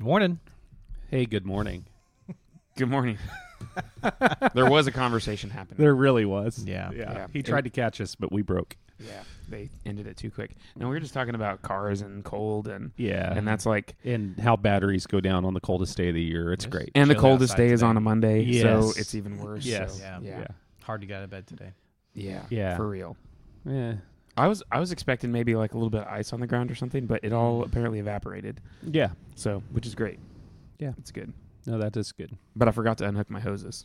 Morning. Hey, good morning. Good morning. there was a conversation happening. There really was. Yeah. Yeah. Yeah. He tried to catch us, but we broke. yeah, they ended it too quick. No, we were just talking about cars and cold and Yeah. and that's like and how batteries go down on the coldest day of the year. It's Yes. great. and the Chilly coldest outside day is today. on a Monday, so Yes. it's even worse. Yes. so, Yeah. yeah. yeah. Hard to get out of bed today. Yeah. Yeah. For real. Yeah. I was I was expecting maybe like a little bit of ice on the ground or something, but it all apparently evaporated. Yeah. So which is great. Yeah. It's good. No, that is good. But I forgot to unhook my hoses.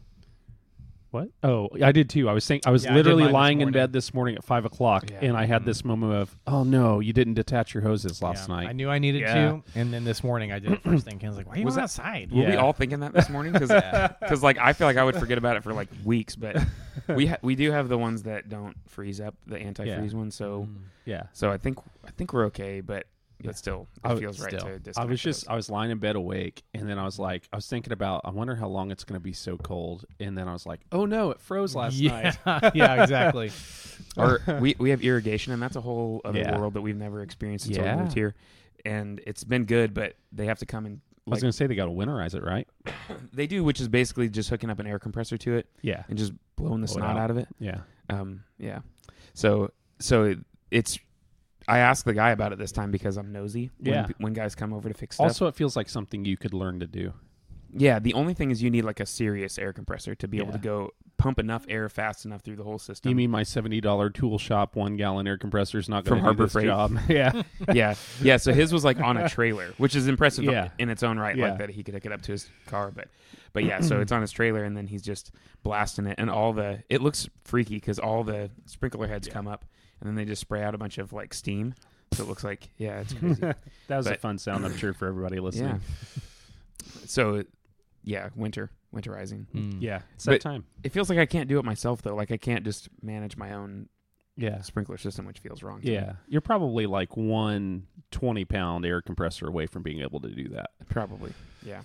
What? Oh, I did too. I was think I was Yeah, I did literally mine this lying in morning. bed this morning Mm-hmm. at five o'clock, Yeah. and I had this moment of, oh no, you didn't detach your hoses last Yeah. night. I knew I needed Yeah. to, and then this morning I did it first thing. Ken's like, "Why are you Was not that- outside?" Were we Yeah. all thinking that this morning? Because Yeah. like I feel like I would forget about it for like weeks, but we ha- we do have the ones that don't freeze up, the antifreeze ones. So Mm. yeah. so I think I think we're okay, but Mm-hmm. Yeah. but still it I was- feels right still. I to was I disconnect was just those. I was lying in bed awake, and then I was like, I was thinking about, I wonder how long it's going to be so cold, and then I was like, oh no, it froze last yeah, night. yeah, exactly. or we we have irrigation and that's a whole other Yeah. world that we've never experienced until Yeah. we moved here, and it's been good, but they have to come and I was like going to say they got to winterize it, right? they do, which is basically just hooking up an air compressor to it Yeah, and just blowing the Blow it snot out. out of it. yeah, Um, yeah. So so it, it's I asked the guy about it this time because I'm nosy. When, Yeah. pe- When guys come over to fix stuff. Also, it feels like something you could learn to do. yeah. The only thing is you need like a serious air compressor to be able Yeah. to go pump enough air fast enough through the whole system. You mean my seventy dollar tool shop one gallon air compressor is not going From to do Harbor this Freight? job? yeah, yeah. Yeah. So his was like on a trailer, which is impressive Yeah. in its own right. Yeah. Like that he could hook it up to his car, but but yeah. so it's on his trailer, and then he's just blasting it, and all the it looks freaky because all the sprinkler heads come up, and then they just spray out a bunch of like steam. So it looks like yeah, it's crazy. that was a But- fun sound. I'm sure for everybody listening. Yeah. So, yeah, winter, winterizing. Mm. Yeah, it's that But- time. It feels like I can't do it myself though. Like I can't just manage my own Yeah, sprinkler system, which feels wrong. to me. yeah. You're probably like one 20 pound air compressor away from being able to do that. probably. Yeah,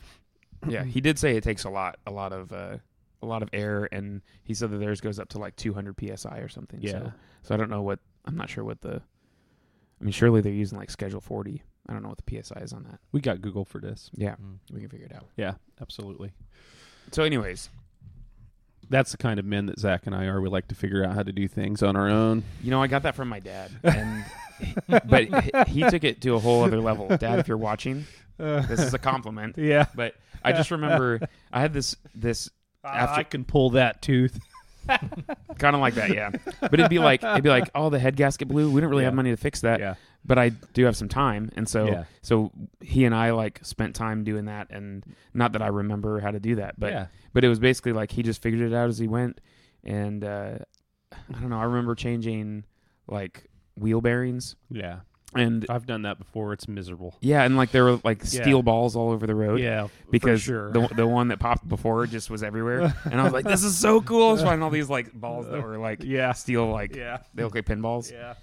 yeah. He did say it takes a lot, a lot of, uh, a lot of air, and he said that theirs goes up to like 200 psi or something. Yeah. So, so I don't know what. I'm not sure what the. I mean, surely they're using like Schedule 40. I don't know what the psi is on that. We got Google for this. Yeah, Mm. we can figure it out. Yeah, absolutely. So, anyways, That's the kind of men that Zach and I are. We like to figure out how to do things on our own. You know, I got that from my dad, and but he- he took it to a whole other level. Dad, if you're watching, this is a compliment. Yeah. But I just remember I had this this After- Ah, I can pull that tooth. kind of like that, yeah. But it'd be like it'd be like, oh, the head gasket blew. We don't really have Yeah. money to fix that, Yeah. but I do have some time, and so Yeah. so he and I like spent time doing that, and not that I remember how to do that, but yeah. but it was basically like he just figured it out as he went and uh, i don't know i remember changing like wheel bearings Yeah. and I've done that before. It's miserable. Yeah, and like there were like Yeah. steel balls all over the road. Yeah. Because sure. the the one that popped before just was everywhere, and I was like, "This is so cool!" I was finding all these like balls that were like yeah. steel, like Yeah. they look like pinballs. Yeah.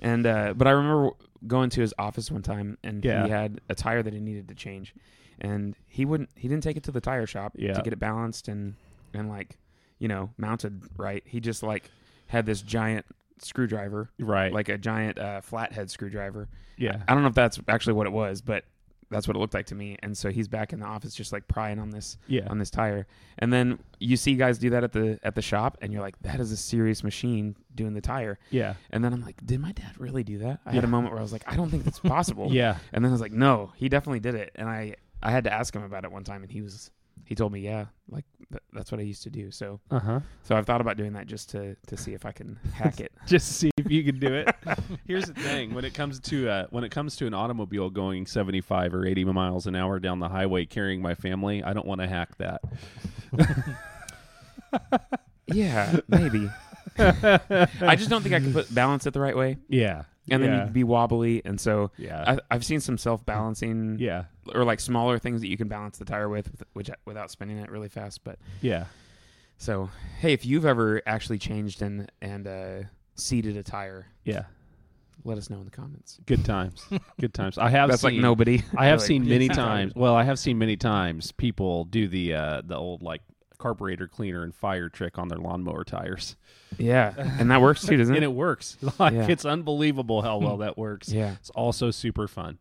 And uh, but I remember going to his office one time, and Yeah. he had a tire that he needed to change, and he wouldn't. He didn't take it to the tire shop Yeah. to get it balanced and and like you know mounted right. He just like had this giant screwdriver, Right. like a giant uh, flathead screwdriver, yeah. I don't know if that's actually what it was, but that's what it looked like to me. And so he's back in the office just like prying on this yeah. on this tire. And then you see guys do that at the at the shop and you're like, That is a serious machine doing the tire. Yeah. And then I'm like, Did my dad really do that? I Yeah. had a moment where I was like, I don't think that's possible. Yeah. And then I was like, No, he definitely did it. And I I had to ask him about it one time and he was he told me, Yeah, like th- that's what I used to do. So Uh huh. so I've thought about doing that just to to see if I can hack it. just see if you can do it. Here's the thing: when it comes to uh, when it comes to an automobile going 75 or 80 miles an hour down the highway carrying my family, I don't want to hack that. yeah, maybe. I just don't think I can put balance it the right way. Yeah, and yeah. then you'd be wobbly. And so yeah, I, I've seen some self balancing yeah, or like smaller things that you can balance the tire with, which without spinning it really fast. But yeah, so hey, if you've ever actually changed and and uh, seated a tire, yeah. let us know in the comments. Good times, good times. I have That's like seen- nobody. I have Like, seen many yeah. times. Well, I have seen many times people do the uh, the old like carburetor cleaner and fire trick on their lawnmower tires, Yeah, and that works too, doesn't and it? it works. Like Yeah. Hmm. it's unbelievable how well that works. Yeah. It's also super fun.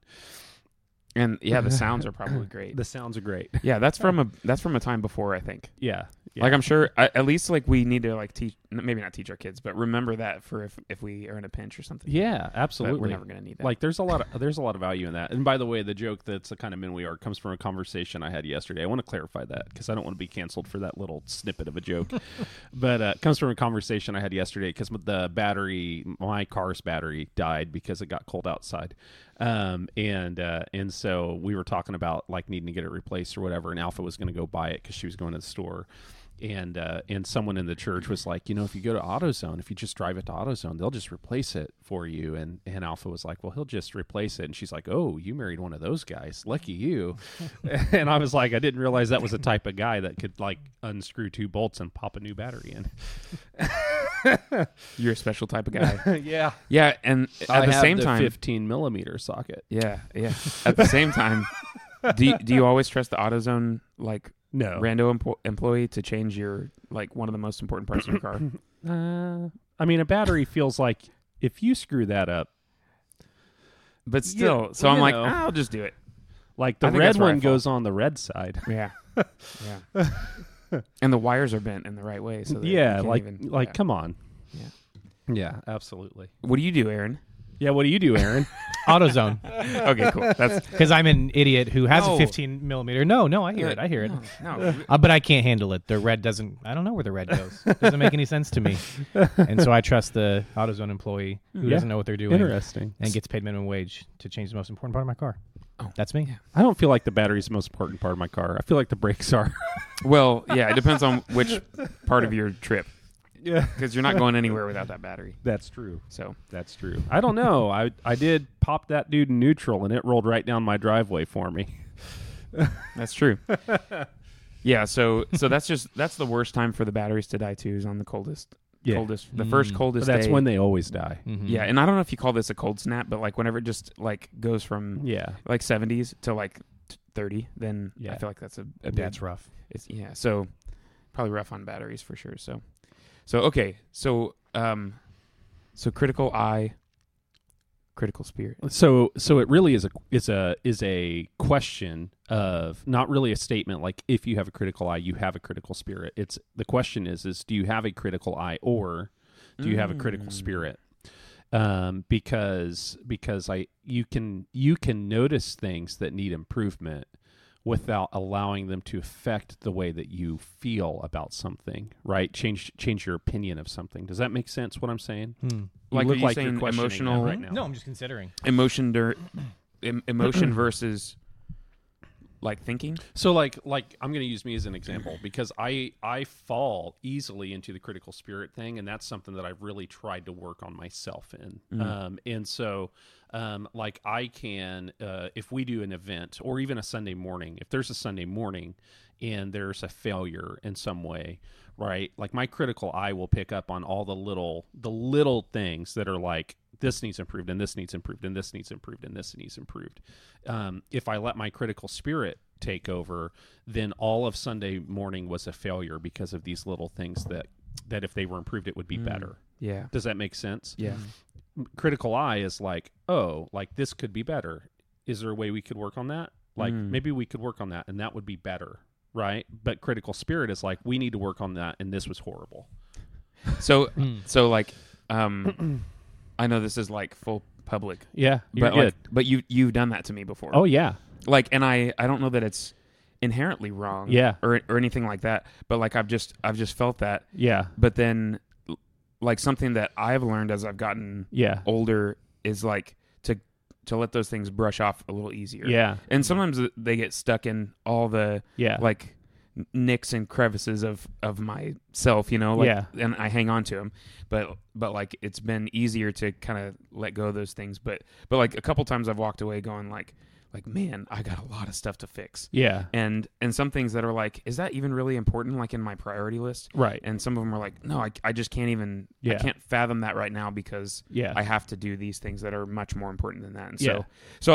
And yeah, the sounds are probably great. The sounds are great. Yeah, that's from a that's from a time before, I think. Yeah. yeah. Like I'm sure I, at least like we need to like teach n- maybe not teach our kids, but remember that for if if we are in a pinch or something. yeah, But absolutely. we're never gonna need that. Like there's a lot of there's a lot of value in that. And by the way, the joke that's the kind of men we are comes from a conversation I had yesterday. I want to clarify that because I don't want to be canceled for that little snippet of a joke. but uh, it comes from a conversation I had yesterday because the battery, my car's battery, died because it got cold outside. Um, and uh, and so we were talking about like needing to get it replaced or whatever. And Alpha was going to go buy it because she was going to the store and uh, and someone in the church was like, you know, if you go to AutoZone, if you just drive it to AutoZone, they'll just replace it for you. And and Alpha was like, well, he'll just replace it. And she's like, oh, you married one of those guys, lucky you. and I was like, I didn't realize that was the type of guy that could like unscrew two bolts and pop a new battery in. You're a special type of guy. yeah, yeah, and at I the have same the time, 15 millimeter socket. yeah, yeah. At the same time, do you, do you always trust the AutoZone like No, rando empo- employee to change your like one of the most important parts of your car? uh, I mean, a battery feels like if you screw that up, But Yeah, still, so I'm you like, know. "Ah, I'll just do it. like I the think that's red where I one fall. goes on the red side. Yeah, yeah. and the wires are bent in the right way, so that you yeah, can't like even- like yeah. come on. Yeah. Yeah, absolutely. What do you do, Aaron? Yeah, what do you do, Aaron? AutoZone, okay, cool. That's because I'm an idiot who has No. a 15 millimeter. No, no, I hear it. I hear it. No, no. Uh, but I can't handle it. The red doesn't. I don't know where the red goes. Doesn't make any sense to me. And so I trust the AutoZone employee who Yeah. doesn't know what they're doing Interesting. and gets paid minimum wage to change the most important part of my car. Oh. That's me. I don't feel like the battery's the most important part of my car. I feel like the brakes are. well, yeah, it depends on which part of your trip yeah, because you're not going anywhere without that battery. that's true. So That's true. I don't know. I I did pop that dude in neutral and it rolled right down my driveway for me. that's true. Yeah, so so that's just that's the worst time for the batteries to die too is on the coldest, Yeah. coldest, the first Mm. But coldest. that's day. when they always die. Mhm. Yeah, and I don't know if you call this a cold snap, but like whenever it just like goes from Yeah. like 70s to like t- 30, then I Yeah. feel like that's a, a big- That's rough. It's, yeah, so probably rough on batteries for sure. So, so okay, so um, so critical eye, critical spirit. So so it really is a is a is a question of not really a statement like if you have a critical eye, you have a critical spirit. It's the question is is do you have a critical eye or do you have a critical Mm. spirit um because because i you can you can notice things that need improvement without allowing them to affect the way that you feel about something right change change your opinion of something does that make sense what i'm saying Hmm. You Like, are look you like you're saying questioning that emotional- right now No, I'm just considering. Emotion, der- em- emotion versus like thinking. So like like I'm going to use me as an example because I I fall easily into the critical spirit thing and that's something that I've really tried to work on myself in. Um, and so um, like I can uh, if we do an event or even a Sunday morning, if there's a Sunday morning and there's a failure in some way, right? Like my critical eye will pick up on all the little the little things that are like this needs improved and this needs improved and this needs improved and this needs improved. Um, if I let my critical spirit take over, then all of Sunday morning was a failure because of these little things that that if they were improved, it would be better. Yeah, Does that make sense? yeah, Critical eye is like, oh, like this could be better. Is there a way we could work on that? Like Mm. maybe we could work on that, and that would be better, right? But critical spirit is like, we need to work on that, and this was horrible. So Mm-hmm. Mm. so like um I know this is like full public. Yeah, you're but good. like but you you've done that to me before. oh yeah, Like and I I don't know that it's inherently wrong Yeah. or or anything like that, but like I've just I've just felt that yeah, but then l- like something that I've learned as I've gotten yeah, older is like to to let those things brush off a little easier. yeah, And sometimes they get stuck in all the yeah. like n- nicks and crevices of of myself you know like, Yeah. and i hang on to them but but like it's been easier to kind of let go of those things but but like a couple times i've walked away going like like man i got a lot of stuff to fix yeah, and and some things that are like is that even really important like in my priority list right. and some of them are like no i, I just can't even i Yeah. can't fathom that right now because Yeah, I have to do these things that are much more important than that, and Yeah. so,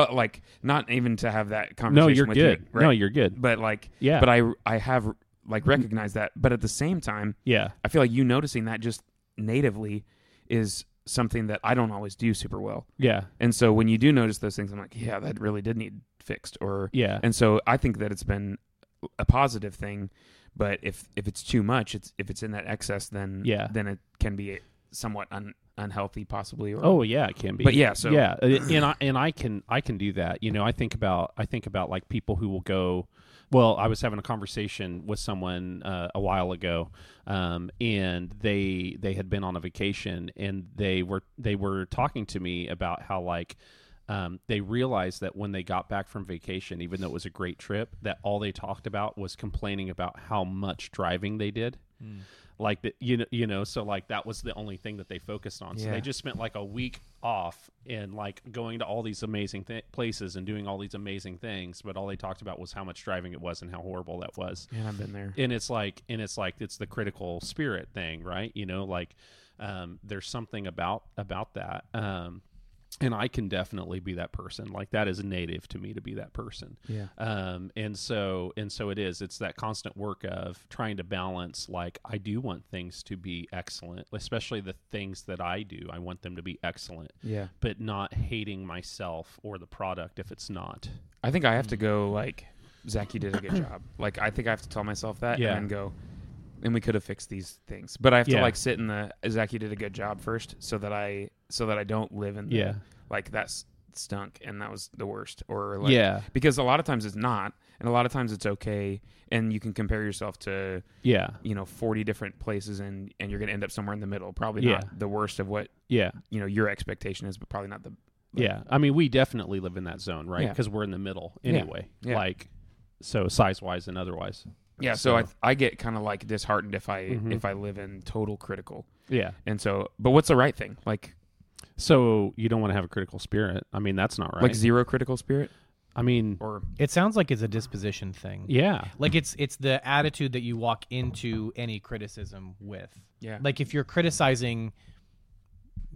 so like, not even to have that no, conversation. you're with good. You, right? No, you're good. but like, Yeah, Mm-hmm. but I I have like recognized that. But at the same time, yeah. I feel like you noticing that just natively is something that I don't always do super well. Yeah. And so when you do notice those things, I'm like, yeah, that really did need fixed or Yeah. and so I think that it's been a positive thing, but if if it's too much, it's if it's in that excess, then Yeah. then it can be somewhat un, unhealthy, possibly. Or, Oh yeah, it can be. But yeah, so- yeah, uh, and I and I can I can do that. You know, I think about I think about like people who will go. Well, I was having a conversation with someone uh, a while ago, um, and they they had been on a vacation, and they were they were talking to me about how like. Um, they realized that when they got back from vacation, even though it was a great trip, that all they talked about was complaining about how much driving they did. Hmm. Like that, you know, you know. So like that was the only thing that they focused on. So Yeah. they just spent like a week off and like going to all these amazing th- places and doing all these amazing things, but all they talked about was how much driving it was and how horrible that was Man, I've been there. and it's like and it's like it's the critical spirit thing right you know like um, there's something about about that um, and i can definitely be that person like that is native to me to be that person Yeah. um, and so and so it is it's that constant work of trying to balance like i do want things to be excellent especially the things that i do i want them to be excellent Yeah. but not hating myself or the product if it's not I think I have to go like Zach, you did a good job. Like I think I have to tell myself that Yeah. and then go and we could have fixed these things. But I have Yeah. to like sit in the Zach, you did a good job first so that I so that I don't live in the, Yeah. like that's stunk and that was the worst or like Yeah. because a lot of times it's not and a lot of times it's okay and you can compare yourself to yeah you know 40 different places and and you're going to end up somewhere in the middle probably Yeah. not the worst of what yeah you know your expectation is but probably not the Like- Yeah, I mean, we definitely live in that zone, right? Yeah. Because we're in the middle Yeah. anyway. Yeah. Like, so size wise and otherwise. yeah so, Mm-hmm. I So- I get kind of like disheartened if I Mhm. if I live in total critical Yeah. And so, but what's the right thing? Like, So you don't want to have a critical spirit. I mean, that's not right. like zero critical spirit, I mean, or It sounds like it's a disposition thing. yeah, Like it's it's the attitude that you walk into any criticism with. yeah, Like if you're criticizing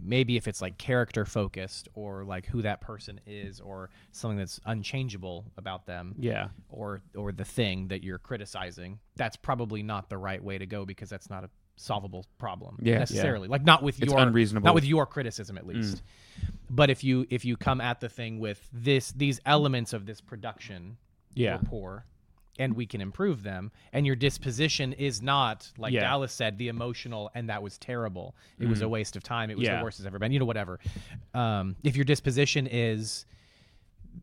maybe if it's like character focused or like who that person is or something that's unchangeable about them yeah, or or the thing that you're criticizing, that's probably not the right way to go because that's not a solvable problem Yeah. necessarily. Like not with It's your unreasonable. Mm. not with your criticism at least. But if you if you come at the thing with this these elements of this production yeah, were poor and we can improve them and your disposition is not like Yeah. dallas said the emotional and that was terrible it was a Mm. waste of time it was Yeah. the worst it's ever been you know whatever um, if your disposition is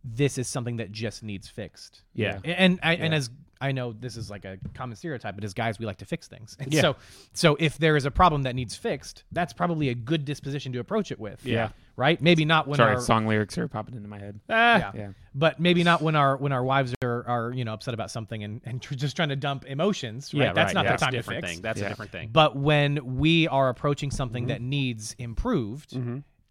this is something that just needs fixed Yeah. A- and I, and as i know this is like a common stereotype but as guys we like to fix things and Yeah. so so if there is a problem that needs fixed that's probably a good disposition to approach it with Yeah. right maybe not when sorry, our, song lyrics are popping into my head. Ah, Yeah, but maybe not when our when our wives are are you know upset about something and and tr- just trying to dump emotions. Right? yeah. that's right. not yeah. the time a to different fix. thing. That's Yeah. a different thing. Mm-hmm. But when we are approaching something that needs improved,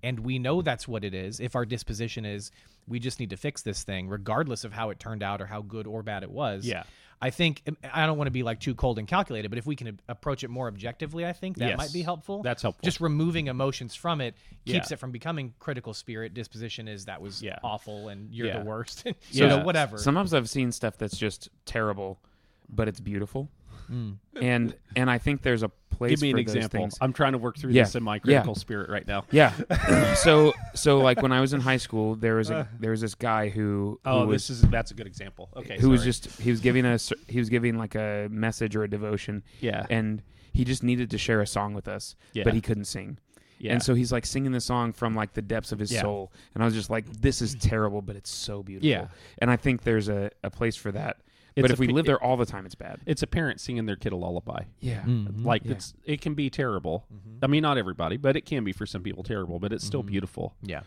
and we know that's what it is, if our disposition is we just need to fix this thing, regardless of how it turned out or how good or bad it was. Yeah. I think um, I don't want to be like too cold and calculated, but if we can ab- approach it more objectively, I think that Yes. might be helpful. That's helpful. Just removing emotions from it keeps Yeah. it from becoming critical spirit. Disposition is that was Yeah. awful and you're Yeah. the worst. so Yeah. no, whatever. Sometimes I've seen stuff that's just terrible, but it's beautiful, Mm. and and I think there's a place. Give me an for those example. things. I'm trying to work through Yeah. this in my Yeah. critical spirit right now. Yeah. so so like when I was in high school, there was a there was this guy who Uh. Oh, who was this is that's a good example. Okay, who was sorry. just he was giving us he was giving like a message or a devotion Yeah. and he just needed to share a song with us Yeah. but he couldn't sing Yeah. and so he's like singing the song from like the depths of his Yeah. soul and i was just like this is terrible but it's so beautiful Yeah. and i think there's a, a place for that It's but a Mm. if we pe- live there all the time it's bad it's a parent singing their kid a lullaby. Mm-hmm. yeah Mm-hmm. Like it's it can be terrible. I mean, not everybody, but it can be for some people terrible. But it's still beautiful. yeah.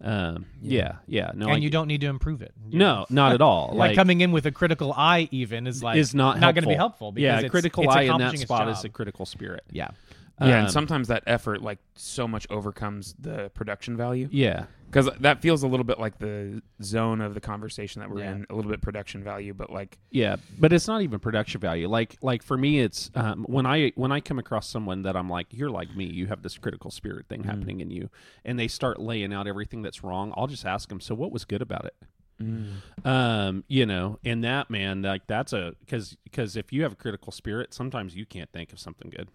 Um, yeah. yeah, No, and I- you don't need to improve it. no, not at all. like, like coming in with a critical eye even is like is not going to be helpful. Because yeah, a it's- critical it's eye in that accomplishing its spot job. is a critical spirit. yeah. yeah Um, and sometimes that effort like so much overcomes the production value yeah, because that feels a little bit like the zone of the conversation that we're Yeah. in a little bit production value but like yeah. But it's not even production value. Like like for me, it's um, when I when I come across someone that I'm like, you're like me. You have this critical spirit thing happening in you, and they start laying out everything that's wrong. I'll just ask them. So what was good about it? um you know and that man like that's a because because if you have a critical spirit sometimes you can't think of something good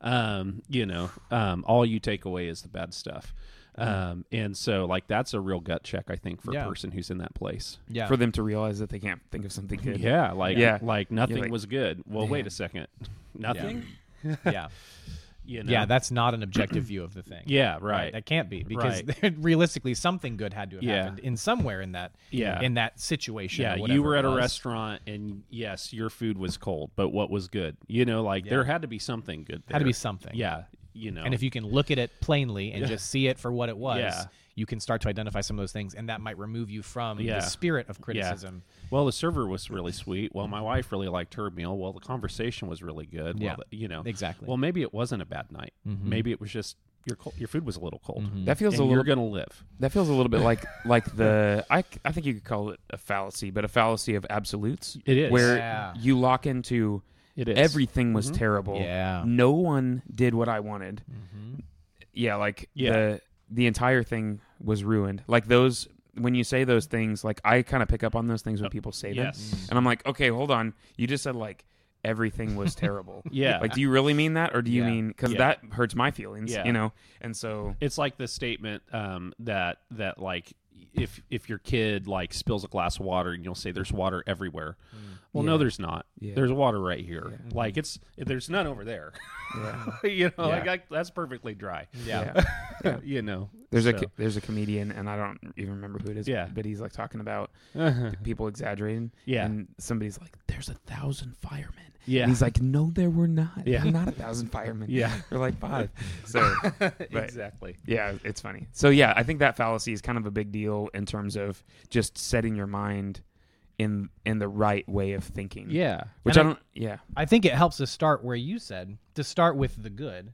um you know um all you take away is the bad stuff Um, and so like that's a real gut check, I think, for Yeah. a person who's in that place. yeah. for them to realize that they can't think of something good. Yeah, like Yeah. like nothing like, was good. Well, wait damn. a second, nothing. yeah. You know? Yeah, that's not an objective view of the thing. yeah, right. That can't be because realistically something good had to have Yeah. happened in somewhere in that Yeah. in that situation. yeah, you whatever were it at a was. restaurant, and yes, your food was cold, but what was good? You know, like there had to be something good. There. Had to be something. Yeah, you know. And if you can look at it plainly and just see it for what it was, Yeah. you can start to identify some of those things, and that might remove you from Yeah. the spirit of criticism. Well, the server was really sweet. Well, my wife really liked her meal. Well, the conversation was really good. Yeah, Well, the- you know exactly. Mm-hmm. Well, maybe it wasn't a bad night. Maybe it was just your col- your food was a little cold. That feels And a you're little. gonna live. that feels a little bit like like the I, c- I think you could call it a fallacy, but a fallacy of absolutes. It is. where Yeah. you lock into It is everything was Mm-hmm. terrible. Yeah. no one did what I wanted. Yeah, like Mm-hmm. Yeah. the the entire thing was ruined. Like those when you say those things, like I kind of pick up on those things when people say Uh, them, yes. and I'm like, okay, hold on, you just said like everything was terrible. Yeah. Like, do you really mean that, or do you Yeah. mean because Yeah. that hurts my feelings, Yeah. you know? And so, it's like the statement um, that that like if if your kid like spills a glass of water and you'll say there's water everywhere. Well, no, Yeah. there's not. Yeah. There's water right here. Like it's there's none over there. you know, like I, that's perfectly dry. Yeah. yeah. you know, There's a so- co- there's a comedian, and I don't even remember who it is. Yeah. but he's like talking about Uh-huh. people exaggerating. Yeah. and somebody's like, "There's a thousand firemen." Yeah. And he's like, "No, there were not. Yeah. Yeah, not a thousand firemen. Yeah. they're like five. So, but, exactly. Yeah, it's funny. So yeah, I think that fallacy is kind of a big deal in terms of just setting your mind in in the right way of thinking. Yeah. which I And I- don't. yeah, I think it helps to start where you said to start with the good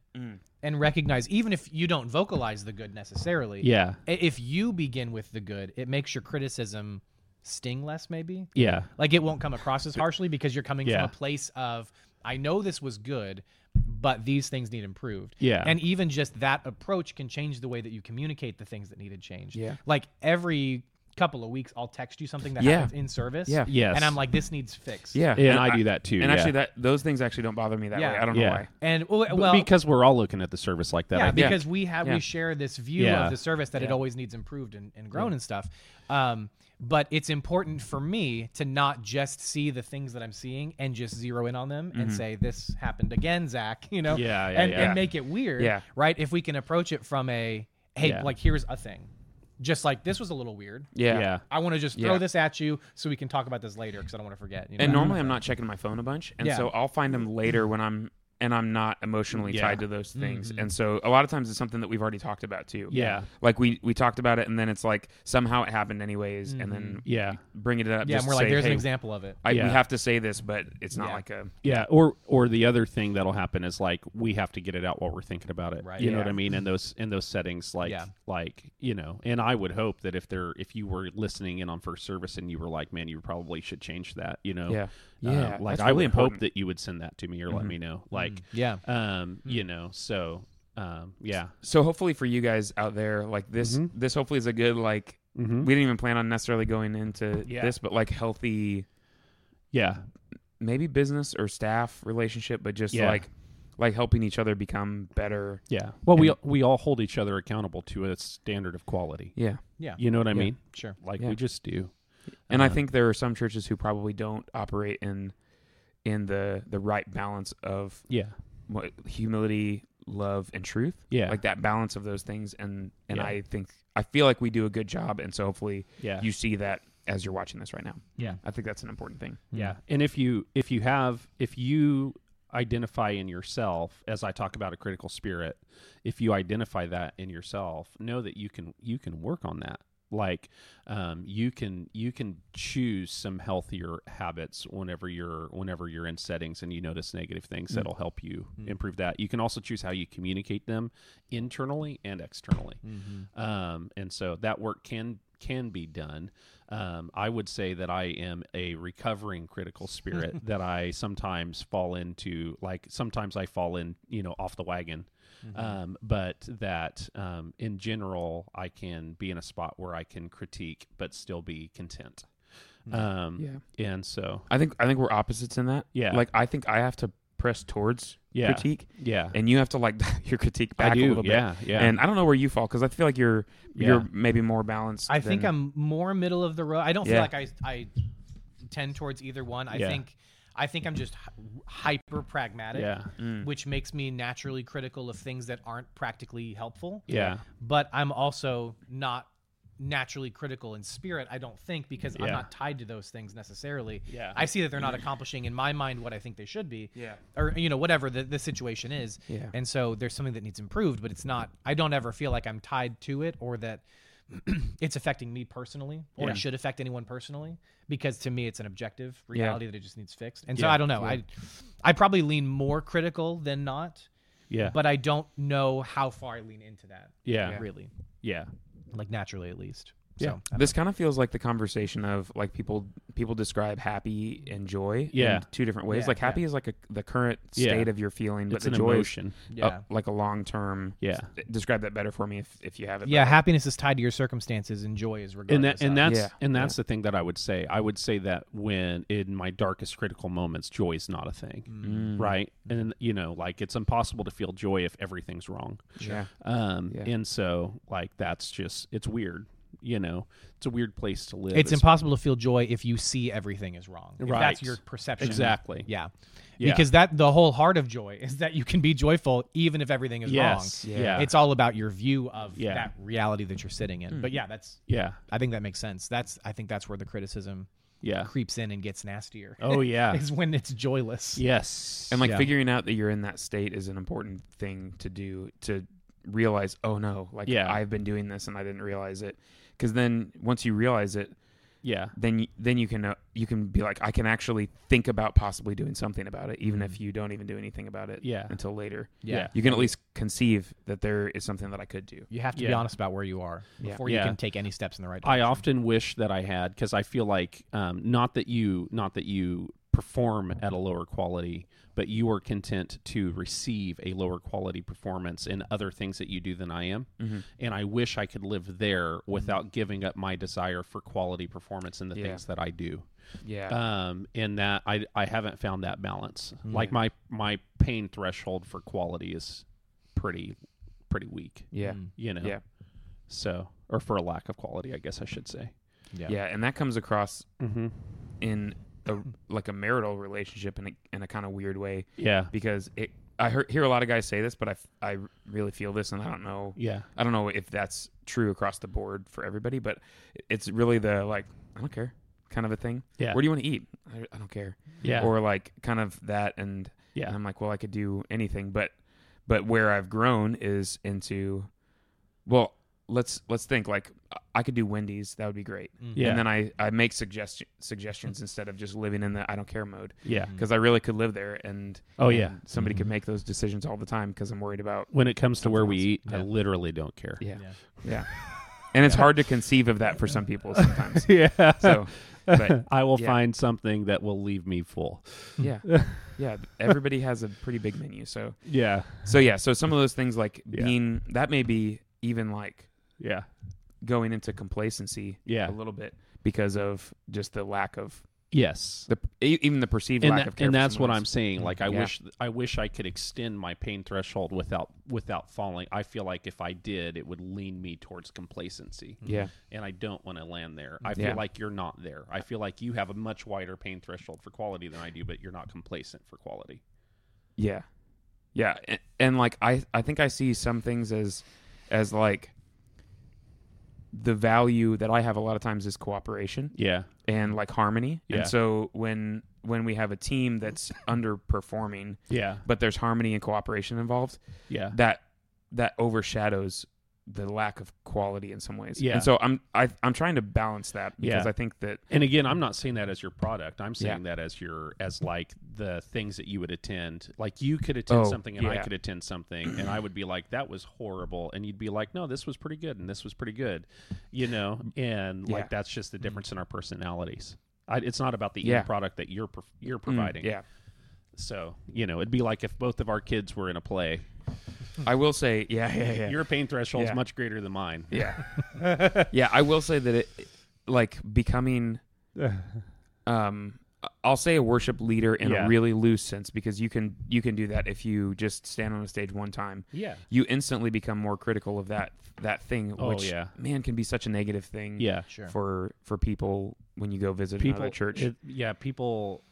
and recognize even if you don't vocalize the good necessarily. Yeah. i- If you begin with the good, it makes your criticism sting less, maybe. Yeah. Like it won't come across as harshly because you're coming Yeah. from a place of I know this was good, but these things need improved. Yeah. And even just that approach can change the way that you communicate the things that needed changed. Yeah. Like every couple of weeks I'll text you something that Yeah. happens in service. Yeah. Yes. And I'm like, this needs fixed. yeah, Yeah, and I do that too, And yeah. actually, that those things actually don't bother me that Yeah. way. I don't Yeah. know why. And well, B- well because we're all looking at the service like that. I yeah, think. because we have Yeah. we share this view Yeah. of the service that it always needs improved and, and grown and stuff. Um, but it's important for me to not just see the things that I'm seeing and just zero in on them Mm-hmm. and say this happened again, Zach. You know, Yeah, yeah, and, yeah. and make it weird. Yeah. right. If we can approach it from a hey, Yeah. like here's a thing, just like this was a little weird. Yeah. Yeah. I want to just throw Yeah. this at you so we can talk about this later because I don't want to forget. You know? And normally I'm not checking my phone a bunch, and Yeah. so I'll find them later when I'm and I'm not emotionally Yeah. tied to those things. And so a lot of times it's something that we've already talked about too. Yeah. Like we we talked about it and then it's like somehow it happened anyways and then Mm-hmm. Yeah. bring it up yeah, just and we're to like, say, there's "Hey, an example of it. I, Yeah. we have to say this, but it's not Yeah. like a Yeah, or or the other thing that'll happen is like we have to get it out while we're thinking about it. Right. You know what Yeah. I mean? In those in those settings, like Yeah. like you know, and I would hope that if they're if you were listening in on first service and you were like, man, you probably should change that. You know, Yeah. Um, Yeah, like that's I really would important. hope that you would send that to me or let me know. Like, Mm. Yeah. um, you know, so um, yeah, so hopefully for you guys out there, like this Mm-hmm. this hopefully is a good like Mhm. we didn't even plan on necessarily going into Yeah. this, but like healthy yeah, maybe business or staff relationship, but just Yeah. like like helping each other become better. yeah. Well, we we all hold each other accountable to a standard of quality. Yeah. Yeah, You know what I mean? sure. Like Yeah. we just do. and I Uh, think there are some churches who probably don't operate in in the the right balance of Yeah. what, humility, love, and truth. Yeah. like that balance of those things. And and Yeah. I think I feel like we do a good job, and so hopefully Yeah. you see that as you're watching this right now. Yeah. I think that's an important thing. Yeah. And if you if you have if you identify in yourself as I talk about a critical spirit, if you identify that in yourself, know that you can you can work on that. Like um, you can you can choose some healthier habits whenever you're whenever you're in settings and you notice negative things that'll help you improve that. You can also choose how you communicate them internally and externally. Um, and so that work can can be done. Um, I would say that I am a recovering critical spirit that I sometimes fall into, like sometimes I fall in, you know, off the wagon. Mm-hmm. Um, but that um, in general, I can be in a spot where I can critique but still be content. Um, Yeah. And so, I think I think we're opposites in that. Yeah. like I think I have to press towards Yeah. critique, Yeah. and you have to like your critique I back do. a little bit. Yeah. Yeah. And I don't know where you fall because I feel like you're Yeah. you're maybe more balanced. I think than- I'm more middle of the road. I don't feel Yeah. like I I tend towards either one. I Yeah. think I think I'm just hy- hyper pragmatic, Yeah. Mm. which makes me naturally critical of things that aren't practically helpful. Yeah. But I'm also not naturally critical in spirit. I don't think because I'm Yeah. not tied to those things necessarily. Yeah. I see that they're not accomplishing in my mind what I think they should be. Yeah. Or you know whatever the, the situation is. Yeah. And so there's something that needs improved, but it's not. I don't ever feel like I'm tied to it or that it's affecting me personally or Yeah. it should affect anyone personally because to me it's an objective Yeah. reality that it just needs fixed. And so Yeah, I don't know. I I probably lean more critical than not, Yeah. but I don't know how far I lean into that. Yeah. Really. Yeah. Like naturally at least. Yeah. So I This kind of feels like the conversation of like people people describe happy and joy Yeah. in two different ways. Yeah, like happy is like a, the current Yeah. state of your feeling, but It's the an joy emotion. don't- is yeah. uh, like a long term. Yeah. describe that better for me if, if you have it. yeah, happiness is tied to your circumstances and joy is regardless. and that and of- that's Yeah. and that's the thing that I would say. I would say that when in my darkest critical moments, joy is not a thing, right? And you know, like it's impossible to feel joy if everything's wrong. Yeah. Um, Yeah. and so like that's just it's weird. You know, it's a weird place to live. it's impossible to feel joy if you see everything is wrong. If Right. that's your perception. Exactly. Yeah. Yeah. Because that the whole heart of joy is that you can be joyful even if everything is Yes. wrong. Yeah. Yeah. Yeah. It's all about your view of Yeah. that reality that you're sitting in. But yeah, that's yeah. I think that makes sense. That's I think that's where the criticism Yeah. creeps in and gets nastier. Oh yeah. is when it's joyless. yes. And like Yeah. figuring out that you're in that state is an important thing to do to realize, oh no, like Yeah. I've been doing this and I didn't realize it. Because then once you realize it, yeah. then y- then you can uh, you can be like, I can actually think about possibly doing something about it, even if you don't even do anything about it Yeah. until later. Yeah. You can at least conceive that there is something that I could do. You have to be Yeah. honest about where you are Yeah. before Yeah. you can take any steps in the right direction. I often wish that I had because I feel like um, not that you not that you perform at a lower quality, but you are content to receive a lower quality performance in other things that you do than I am. Mm-hmm. And I wish I could live there without giving up my desire for quality performance in the Yeah. things that I do. Yeah. Mm-hmm. Um, and that I I haven't found that balance. Like my my pain threshold for quality is pretty pretty weak. yeah. mm, Hmm. You know. Yeah. So or for a lack of quality, I guess I should say. yeah. Yeah. And that comes across Mm-hmm. in a, like a marital relationship in a, in a kind of weird way Yeah. because it. I hear, hear a lot of guys say this, but I, f- I really feel this, and I don't know. Yeah. I don't know if that's true across the board for everybody, but it's really the like I don't care kind of a thing. Yeah. Where do you want to eat? I, I don't care. Yeah. Or like kind of that, and Yeah. and I'm like, well, I could do anything, but but where I've grown is into, well, let's let's think like I could do Wendy's, that would be great. Mm-hmm. Yeah. Mm-hmm. And then I I make suggestion suggestions instead of just living in the I don't care mode yeah. because I really could live there and Oh, yeah. and somebody could make those decisions all the time because I'm worried about When it comes to where we else. eat, I Yeah. literally don't care. yeah. Yeah. Yeah. And it's hard to conceive of that for some people sometimes. Yeah. So, but I will yeah. find something that will leave me full. yeah. Yeah, everybody has a pretty big menu. So, Yeah. so yeah, so some of those things like Yeah. being that may be even like Yeah. going into complacency Yeah. a little bit because of just the lack of Yes. the e- even the perceived And, lack that- of care. and for that's what someone I'm else. saying. Like I Yeah. wish I wish I could extend my pain threshold without without falling. I feel like if I did, it would lean me towards complacency. Yeah. And I don't want to land there. I feel Yeah. like you're not there. I feel like you have a much wider pain threshold for quality than I do, but you're not complacent for quality. Yeah. Yeah, and, and like I I think I see some things as as like the value that I have a lot of times is cooperation. Yeah. and like harmony. Yeah. And so when when we have a team that's underperforming, Yeah. but there's harmony and cooperation involved, Yeah. that that overshadows the lack of quality in some ways. Yeah. And so I'm I, I'm trying to balance that because Yeah. I think that mm, And again, I'm not saying that as your product. I'm saying that as your as like the things that you would attend. Like you could attend Oh, something and I yeah. could attend something and I would be like that was horrible and you'd be like no, this was pretty good and this was pretty good. You know, and Yeah. like that's just the difference in our personalities. I, it's not about the Yeah. Mm, end product that you're pro- you're providing. yeah. So, you know, it'd be like if both of our kids were in a play, I will say yeah yeah yeah your pain threshold Yeah. is much greater than mine. yeah yeah I will say that it like becoming um I'll say a worship leader in Yeah. a really loose sense because you can you can do that if you just stand on a stage one time. Yeah. You instantly become more critical of that that thing, Oh, which yeah. man can be such a negative thing. Yeah. Sure. For for people when you go visit people another church. it- yeah, people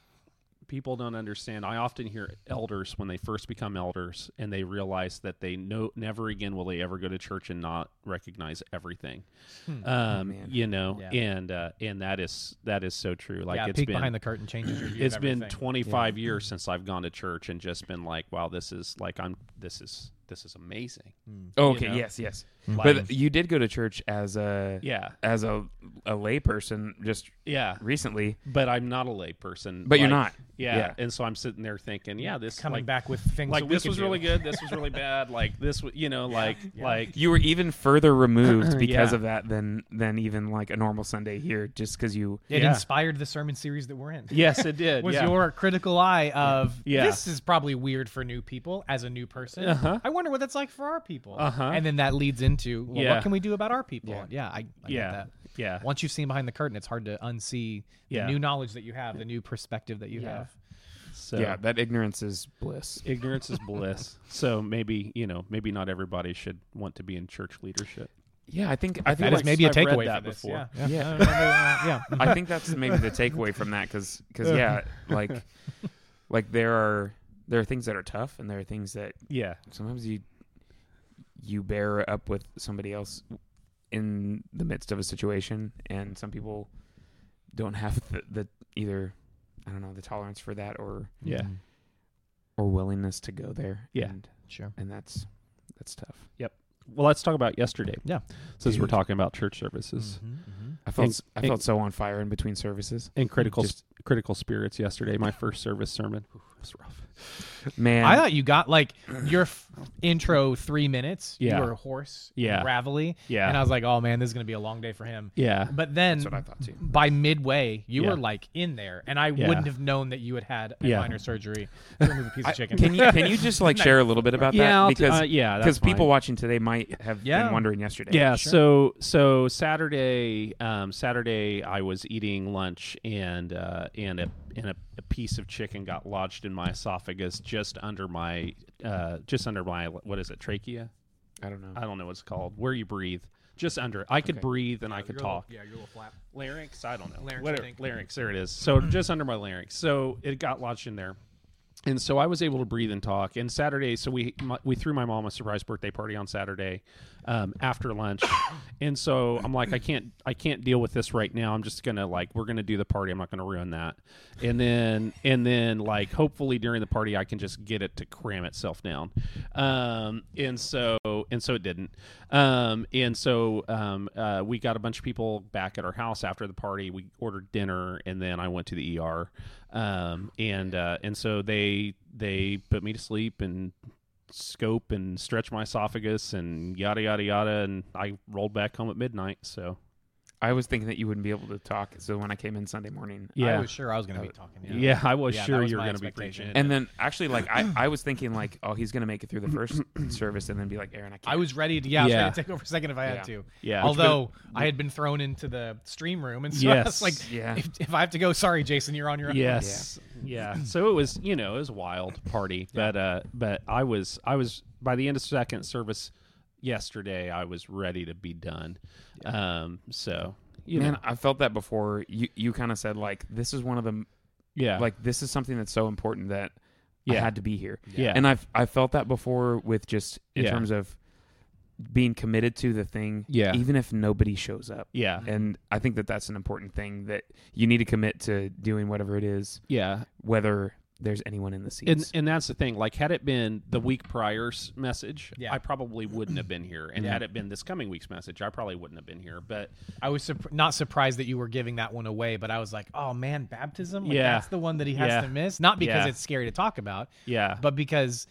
people don't understand. I often hear elders when they first become elders and they realize that they know never again will they ever go to church and not recognize everything. Um, man. you know, Hmm. Oh, Yeah. and uh, and that is that is so true. Like yeah, it's peek been behind the curtain changes your view. it's of been everything. 25 years since I've gone to church and just been like, wow, this is like I'm this is this is amazing. Hmm. oh, okay, know? yes, yes. Like- But you did go to church as a Yeah. as a a layperson just Yeah. recently. But I'm not a lay person. But you're not. Yeah. Yeah. And so I'm sitting there thinking, yeah, this coming like, back with things like that we this could was do. really good this was really bad like this was you know like like You were even further removed Uh-uh, because Yeah. of that than than even like a normal Sunday here, just because you It Yeah. inspired the sermon series that we're in. yes it did was yeah. your critical eye of Yeah. this is probably weird for new people as a new person. Uh-huh. I wonder what that's like for our people. Uh-huh. And then that leads into well, Yeah. what can we do about our people? Yeah, I, I yeah get that. yeah Once you've seen behind the curtain, it's hard to unsee the Yeah. new knowledge that you have, the new perspective that you Yeah. have. so yeah that ignorance is bliss. ignorance is bliss so maybe you know maybe not everybody should want to be in church leadership Yeah, I think I think That is like- maybe a I've read takeaway that for this. before. Yeah, Yeah. yeah. yeah. I think that's maybe the takeaway from that because yeah, like like there are there are things that are tough and there are things that yeah sometimes you you bear up with somebody else in the midst of a situation and some people don't have the, the either I don't know the tolerance for that or yeah Mhm. or willingness to go there. Yeah. and, sure. and that's that's tough. well let's talk about yesterday Yeah. since we're Dude. talking about church services Mhm, mhm. I felt Ex- I felt so on fire in between services. and critical Just- critical spirits yesterday my first service sermon was rough Man, I thought you got like your f- intro three minutes. Yeah. You were hoarse, Yeah. gravelly. Yeah. And I was like, oh man, this is going to be a long day for him. yeah But then that's what I thought too. by midway, you Yeah. were like in there, and I Yeah. wouldn't have known that you had had a Yeah. minor surgery to remove a piece I- of chicken. Can you can you just like share a little bit about yeah that I'll t- because uh, yeah that's because people fine. watching today might have Yeah. been wondering yesterday. Yeah. So so Saturday, um, Saturday, I was eating lunch and uh, and a and a, a piece of chicken got lodged in my esophagus, just under my uh, just under my what is it trachea? I don't know. I don't know what's called where you breathe. Just under, it. I could Okay. breathe and I could talk yeah, you're a little flap. larynx. I don't know. Larynx, I Whatever. think. larynx. There it is. So just under my larynx. So it got lodged in there, and so I was able to breathe and talk. And Saturday, so we my, we threw my mom a surprise birthday party on Saturday um, after lunch, and so I'm like, I can't I can't deal with this right now. I'm just gonna like we're gonna do the party. I'm not gonna ruin that. And then and then like hopefully during the party I can just get it to cram itself down. Um, and so and so it didn't. Um, and so um, uh, we got a bunch of people back at our house after the party. We ordered dinner, and then I went to the ER. Um, and uh, and so they they put me to sleep and scope and stretch my esophagus and yada yada yada. And I rolled back home at midnight. So I was thinking that you wouldn't be able to talk, so when I came in Sunday morning, Yeah. Yeah. I was sure I was going to be talking. yeah, Yeah. I was Yeah, that sure was you were my going to be expectation. preaching. it. and then actually like I, I was thinking like oh he's gonna make it through the first service and then be like Aaron I can't. I was ready to, yeah, I was Yeah. ready to take over for a second if I Yeah. had to. Yeah. Although I had been thrown into the stream room, and so I was Yes. like, Yeah. if, if I have to go, sorry, Jason, you're on your own. Yes. Yeah. So it was, you know, it was a wild party, but uh but I was I was by the end of second service yesterday, I was ready to be done. Um so, you man know, I felt that before you you kind of said like this is one of the yeah. like this is something that's so important that I Yeah. had to be here yeah. and I've I felt that before with just in Yeah. terms of being committed to the thing Yeah. even if nobody shows up yeah. and I think that that's an important thing that you need to commit to doing whatever it is Yeah. whether there's anyone in the seats And and that's the thing. Like had it been the week prior's message, Yeah. I probably wouldn't have been here. And Yeah. had it been this coming week's message, I probably wouldn't have been here. But I was surp- not surprised that you were giving that one away, but I was like, oh man, baptism? Like, Yeah. That's the one that he has Yeah. to miss. Not because Yeah. it's scary to talk about, yeah. but because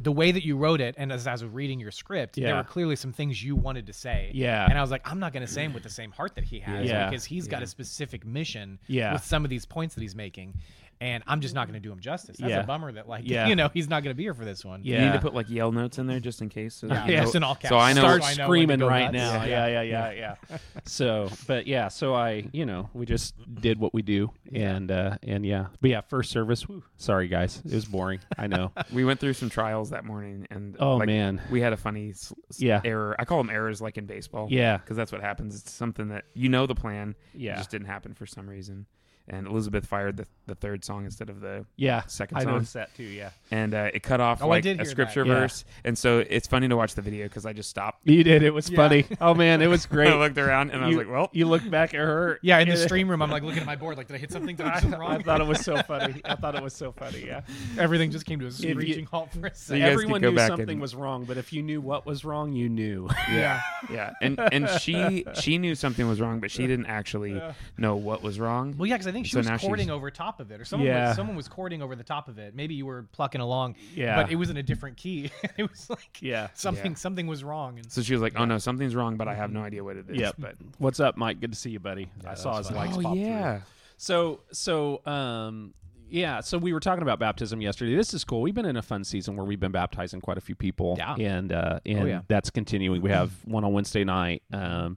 the way that you wrote it, and as, as I was reading your script, there Yeah. were clearly some things you wanted to say. Yeah. And I was like, I'm not going to say him with the same heart that he has Yeah. because he's got a specific mission Yeah. with some of these points that he's making. And I'm just not going to do him justice. That's Yeah. a bummer that, like, Yeah. you know, he's not going to be here for this one. You need Yeah. to put like yell notes in there just in case. So that Yeah. you Yeah. know- Just in all caps. So I know. start So I know when to screaming go nuts. right now. Yeah, Yeah. yeah, yeah, yeah. so, but yeah, so I, you know, we just did what we do, and uh, and yeah, but yeah, first service. Woo, sorry guys, it was boring. I know. we went through some trials that morning, and Oh like, man, we had a funny s- s- Yeah. error. I call them errors, like in baseball. yeah, because that's what happens. It's something that you know the plan. It yeah, just didn't happen for some reason. And Elizabeth fired the, the third song instead of the yeah. second I song, noticed that too. Yeah, and uh, it cut off Oh, I like did hear a that. scripture Yeah. verse. And so it's funny to watch the video because I just stopped, you did. It was Yeah. funny. Oh man, it was great. I looked around, and I was you, like, "Well, you look back at her. Yeah, in the and- stream room, I'm like looking at my board, like, did I hit something? Did I do something I wrong? thought it was so funny. I thought it was so funny. Yeah. Everything just came to a you- screeching halt for a So second. you guys could Everyone go knew back something and- was wrong, but if you knew what was wrong, you knew. yeah, yeah." And and she she knew something was wrong, but she didn't actually know what was wrong. Well, yeah, because I think she So now was she's- courting over top of it, or someone Yeah. was, someone was courting over the top of it. Maybe you were plucking along, Yeah. but it was in a different key. it was like Yeah. something Yeah. something was wrong. And So she was like, "Oh no, something's wrong, but I have no idea what it is." Yep. But What's up, Mike? Good to see you, buddy. I saw his that's likes oh pop through. yeah, So so um yeah, so we were talking about baptism yesterday. This is cool. We've been in a fun season where we've been baptizing quite a few people, Yeah. and uh, and Oh, yeah. that's continuing. We have one on Wednesday night, um,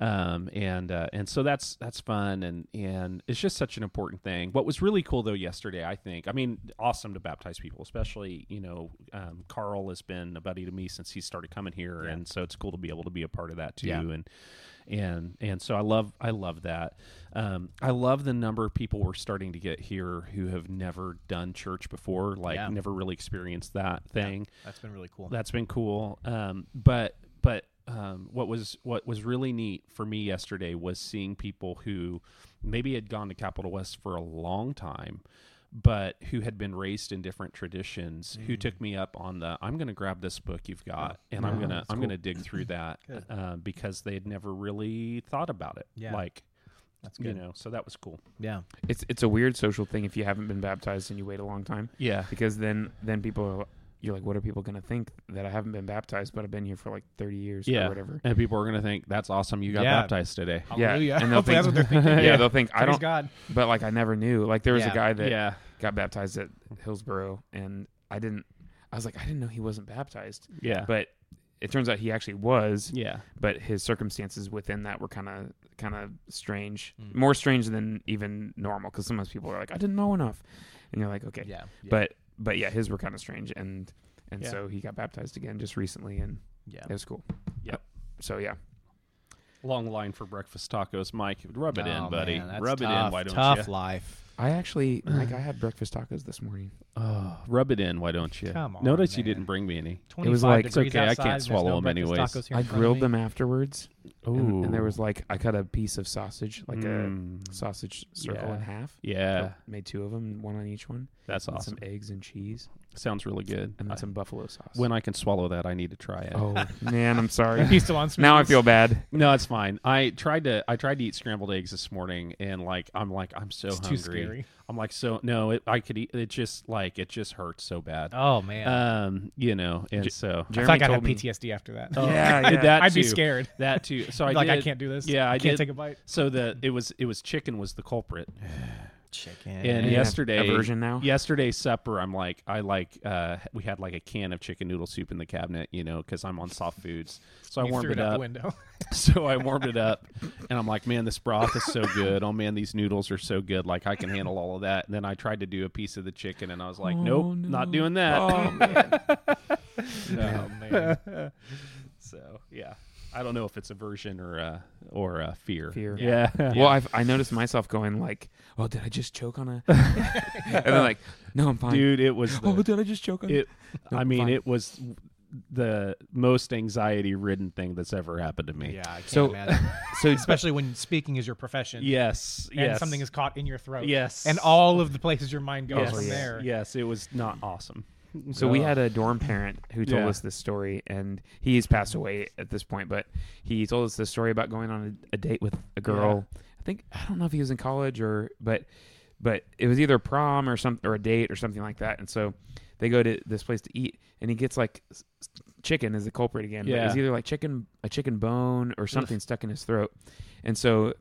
um, and uh, and so that's that's fun, and and it's just such an important thing. What was really cool though yesterday, I think, I mean, awesome to baptize people, especially you know, um, Carl has been a buddy to me since he started coming here, and so it's cool to be able to be a part of that too, Yeah. and and and so I love I love that. Um, I love the number of people we're starting to get here who have never done church before, like Yeah. never really experienced that thing. that's been really cool. That's been cool. Um, but but um, what was what was really neat for me yesterday was seeing people who maybe had gone to Capital West for a long time. But who had been raised in different traditions? Mm. Who took me up on the? I'm going to grab this book Oh, you've got, and I'm Wow, gonna that's I'm cool. gonna dig through that uh, because they had never really thought about it. Yeah. like That's you good. know, so that was cool. Yeah, it's it's a weird social thing if you haven't been baptized and you wait a long time. Yeah, because then then people are, you're like, what are people gonna think that I haven't been baptized, but I've been here for like 30 years yeah, or whatever. and people are going to think that's awesome. You got Yeah. baptized today. Hallelujah. and they'll Oh, Hopefully that's what they're thinking. Yeah, Yeah. they'll think I Praise don't, God. but like I never knew. Like there was Yeah. a guy that Yeah, got baptized at Hillsboro, and I didn't. I was like, I didn't know he wasn't baptized, Uh-huh. yeah, but it turns out he actually was. yeah. But his circumstances within that were kind of kind of strange, Mm. more strange than even normal. Because sometimes people are like, I didn't know enough, and you're like, okay, Yeah, but but yeah, his were kind of strange, and and Yeah. so he got baptized again just recently, and yeah, it was cool. Yep. So yeah, Long line for breakfast tacos, Mike. Rub it in, Oh, buddy. man, that's rub it in. tough, Why don't tough you? life? I actually like I had breakfast tacos this morning. Oh, rub it in. Why don't you? Come on, Notice you man. didn't bring me any. It was like- It's okay, I can't swallow 'em anyways. I grilled them afterwards, and, and there was like I cut a piece of sausage, like a Mm. sausage circle Yeah. in half. yeah, Cut- made two of them, one on each one. that's and awesome. Some eggs and cheese, Sounds really good. I- and then some buffalo sauce. when I can swallow that, I need to try it. oh man, I'm sorry. He's still on. now I smoothies. feel bad. No, it's fine. I tried to I tried to eat scrambled eggs this morning, and like I'm like I'm so It's too hungry. scary. I'm like so no, it, I could eat. It just like it just hurts so bad. Oh man, Um, you know, and so I Jeremy feel like I'd told have me- PTSD after that. Oh, Yeah, I did yeah. that I'd be too. scared. That too. So I like I did- can't do this. Yeah, I I can't did- take a bite. So the it was it was chicken was the culprit. Chicken. And You have yesterday aversion now? Yesterday supper, I'm like I like uh we had like a can of chicken noodle soup in the cabinet, you know, because I'm on soft foods. So I you warmed threw it out the up. window. So I warmed it up, and I'm like, man, this broth is so good. Oh man, these noodles are so good. Like I can handle all of that. And then I tried to do a piece of the chicken, and I was like, Oh, nope, not no. doing that. Oh man, oh man. So yeah, I don't know if it's aversion or uh, or uh, fear. Fear. Yeah. Well, I've, I noticed myself going like, "Oh, did I just choke on a?" and then like, "No, I'm fine." dude, it was. The, oh, did I just choke on? it. I mean, fine. it was the most anxiety-ridden thing that's ever happened to me. Yeah, I can't So- imagine. so Especially when speaking is your profession. Yes. And yes. something is caught in your throat. Yes. And all of the places your mind goes yes. from yeah. there. Yes, it was not awesome. So we had a dorm parent who told Yeah. us this story, and he's passed away at this point. But he told us this story about going on a, a date with a girl. I think I don't know if he was in college or, but, but it was either prom or some or a date or something like that. And so they go to this place to eat, and he gets like s- s- chicken is the culprit again. But Yeah. it's either like chicken, a chicken bone, or something stuck in his throat. And so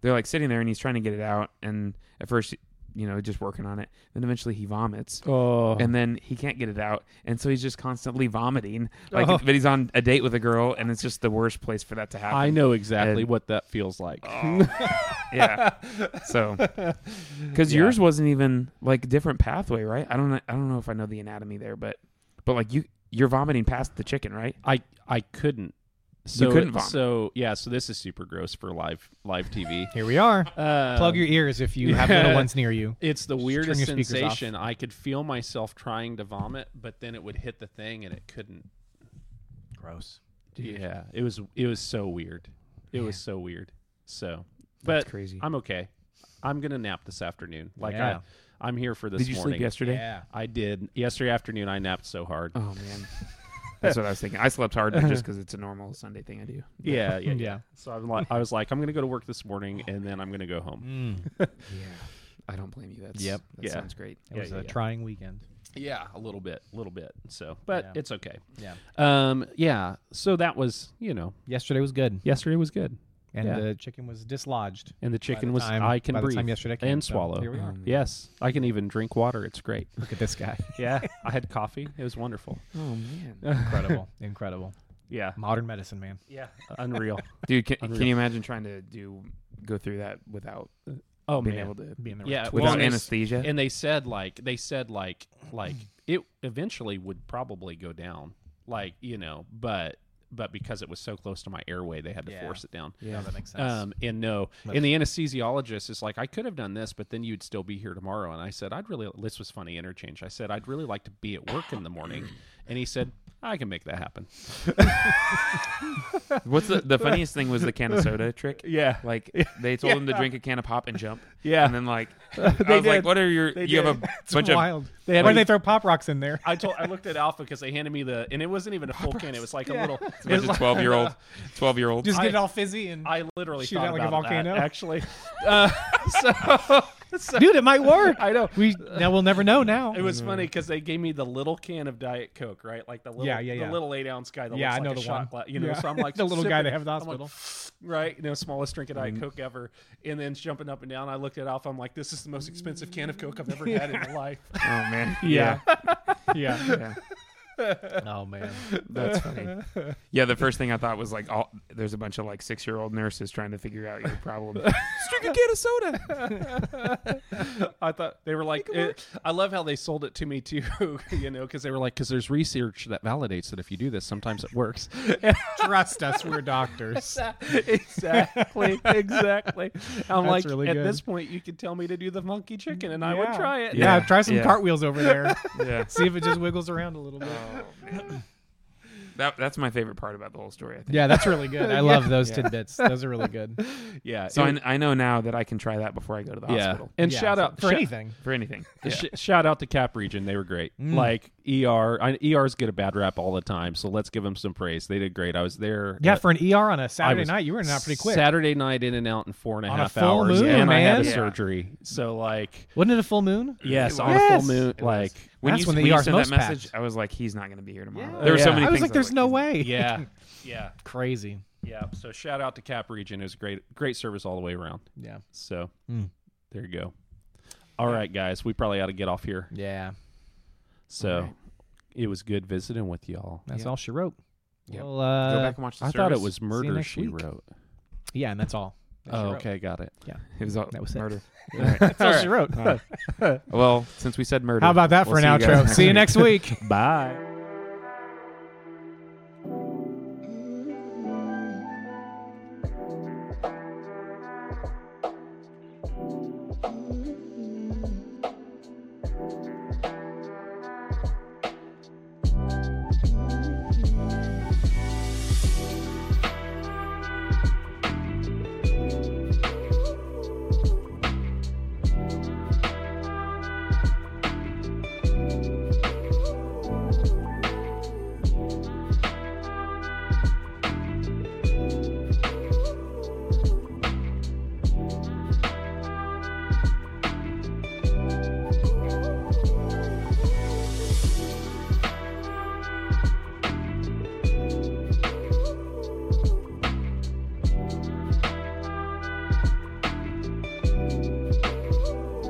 they're like sitting there, and he's trying to get it out. And at first, you know, just working on it. Then eventually he vomits. Oh, And then he can't get it out, and so he's just constantly vomiting. Like, Oh. but he's on a date with a girl, and it's just the worst place for that to happen. I know exactly And- what that feels like. yeah. So, because Yeah. yours wasn't even like different pathway, right? I don't, know, I don't know if I know the anatomy there, but, but like you, you're vomiting past the chicken, right? I I couldn't. So couldn't vomit. so yeah. So this is super gross for live live TV. Here we are. Uh, Plug your ears if you have yeah. little ones near you. It's the weirdest your speakers off. sensation. I could feel myself trying to vomit, but then it would hit the thing and it couldn't. Gross. Yeah, it was it was so weird. It was so weird. So, That's but crazy. I'm okay. I'm gonna nap this afternoon. Like Yeah. I, I'm here for this. Did you morning. sleep yesterday? Yeah. I did. Yesterday afternoon, I napped so hard. Oh man, that's what I was thinking. I slept hard but just because it's a normal Sunday thing I do. Yeah, yeah, yeah. Yeah. So I'm like, I was like, I'm gonna go to work this morning, and then I'm gonna go home. Mm, yeah. I don't blame you. That's Yep. That Yeah. sounds great. it Yeah, was yeah, a yeah. trying weekend. Yeah, a little bit, a little bit. So, but Yeah. it's okay. Yeah. Um, yeah. So that was, you know, Yesterday was good, yesterday was good, and Yeah. the chicken was dislodged. and the chicken the was time- I can by the breathe time yesterday came, and so swallow. Mm. here we are. Yes, I can even drink water. It's great. Look at this guy. Yeah, I had coffee. It was wonderful. Oh man, incredible, incredible. Yeah, Modern medicine, man. yeah, unreal. dude, can, Unreal. can you imagine trying to do go through that without Oh being man. able to Being the yeah, right- without and they s- anesthesia? And they said like they said like like it eventually would probably go down. Like you know, but but because it was so close to my airway, they had to Yeah. force it down. No, that makes sense. Um, and no, But- and the anesthesiologist is like, I could have done this, but then you'd still be here tomorrow. And I said, I'd really, this was funny interchange. I said, I'd really like to be at work in the morning. And he said, I can make that happen. What's the, the funniest thing was the can of soda trick. Yeah. Like they told him to drink a can of pop and jump. Yeah. And then like I was like, did. what are your They you have did. a bunch of wild. They had Why a- they throw pop rocks in there? I told, I looked at Alpha because they handed me the, and it wasn't even a full can. It was like a little, it was bunch of like- twelve year old twelve year old. Just get I- it all fizzy and I literally Shoot thought out like a about that, volcano? actually. Uh, so, so dude, it might work. I know. We now we'll never know now. It was funny because they gave me the little can of Diet Coke, right? Like the little, Mm. Yeah, yeah, yeah. the little eight ounce guy. That yeah, looks I know like the a shot one. gla- you know, Yeah. so I'm like the little guy sipping they it. have at the I'm like, hospital. right? You know, smallest drink of Diet Coke ever. And then jumping up and down, I looked at Alpha. I'm like, this is the most expensive can of Coke I've ever had in my life. Oh man. yeah. Yeah. Oh man. That's funny. Yeah, the first thing I thought was like all there's a bunch of like six year old nurses trying to figure out your problem. Just drink a can of soda. I thought they were like, it- I love how they sold it to me too, you know, because they were like, because there's research that validates that if you do this, sometimes it works. Trust us, we're doctors. exactly, exactly. I'm That's like, really at good. this point, you could tell me to do the monkey chicken, and I would Yeah. try it. Yeah, Yeah. try some Yeah. cartwheels over there. Yeah. Oh, See if it just wiggles around a little bit. That, that's my favorite part about the whole story, I think. Yeah, that's really good. I love those Yeah. tidbits. Those are really good. yeah. So it- I, I know now that I can try that before I go to the yeah. hospital. And Yeah, shout out for shout- anything. For anything. Yeah. Sh- shout out to Cap Region. They were great. Mm. Like ER, I, ERs get a bad rap all the time. So let's give them some praise. They did great. I was there. Yeah, uh, for an ER on a Saturday was night, you were in and out pretty quick. Saturday night, in and out in four and a On a half full hours, moon, and I had a man. surgery. So like, Wasn't it a full moon? yes, was. on a Yes. full moon, It was. like, when That's you, when the when you ER's sent most that message, packed. I was like, he's not going to be here tomorrow. Yeah. There were so Yeah. many I was things. like, there's no he's- way. yeah, yeah, Crazy. yeah. So shout out to Cap Region. It was great, great service all the way around. Yeah. So Mm. there you go. All right, guys, we probably ought to get off here. Yeah. So right. it was good visiting with y'all. That's Yeah. all she wrote. Yep. Well, uh, Go back and watch the I thought it service. was you murder next she week. wrote. Yeah, and that's all. That she Oh, wrote. okay, got it. It was all That was it. murder. That's all she wrote. All right. Well, since we said murder, How about that for we'll an see you guys outro? See you week. next week. Bye.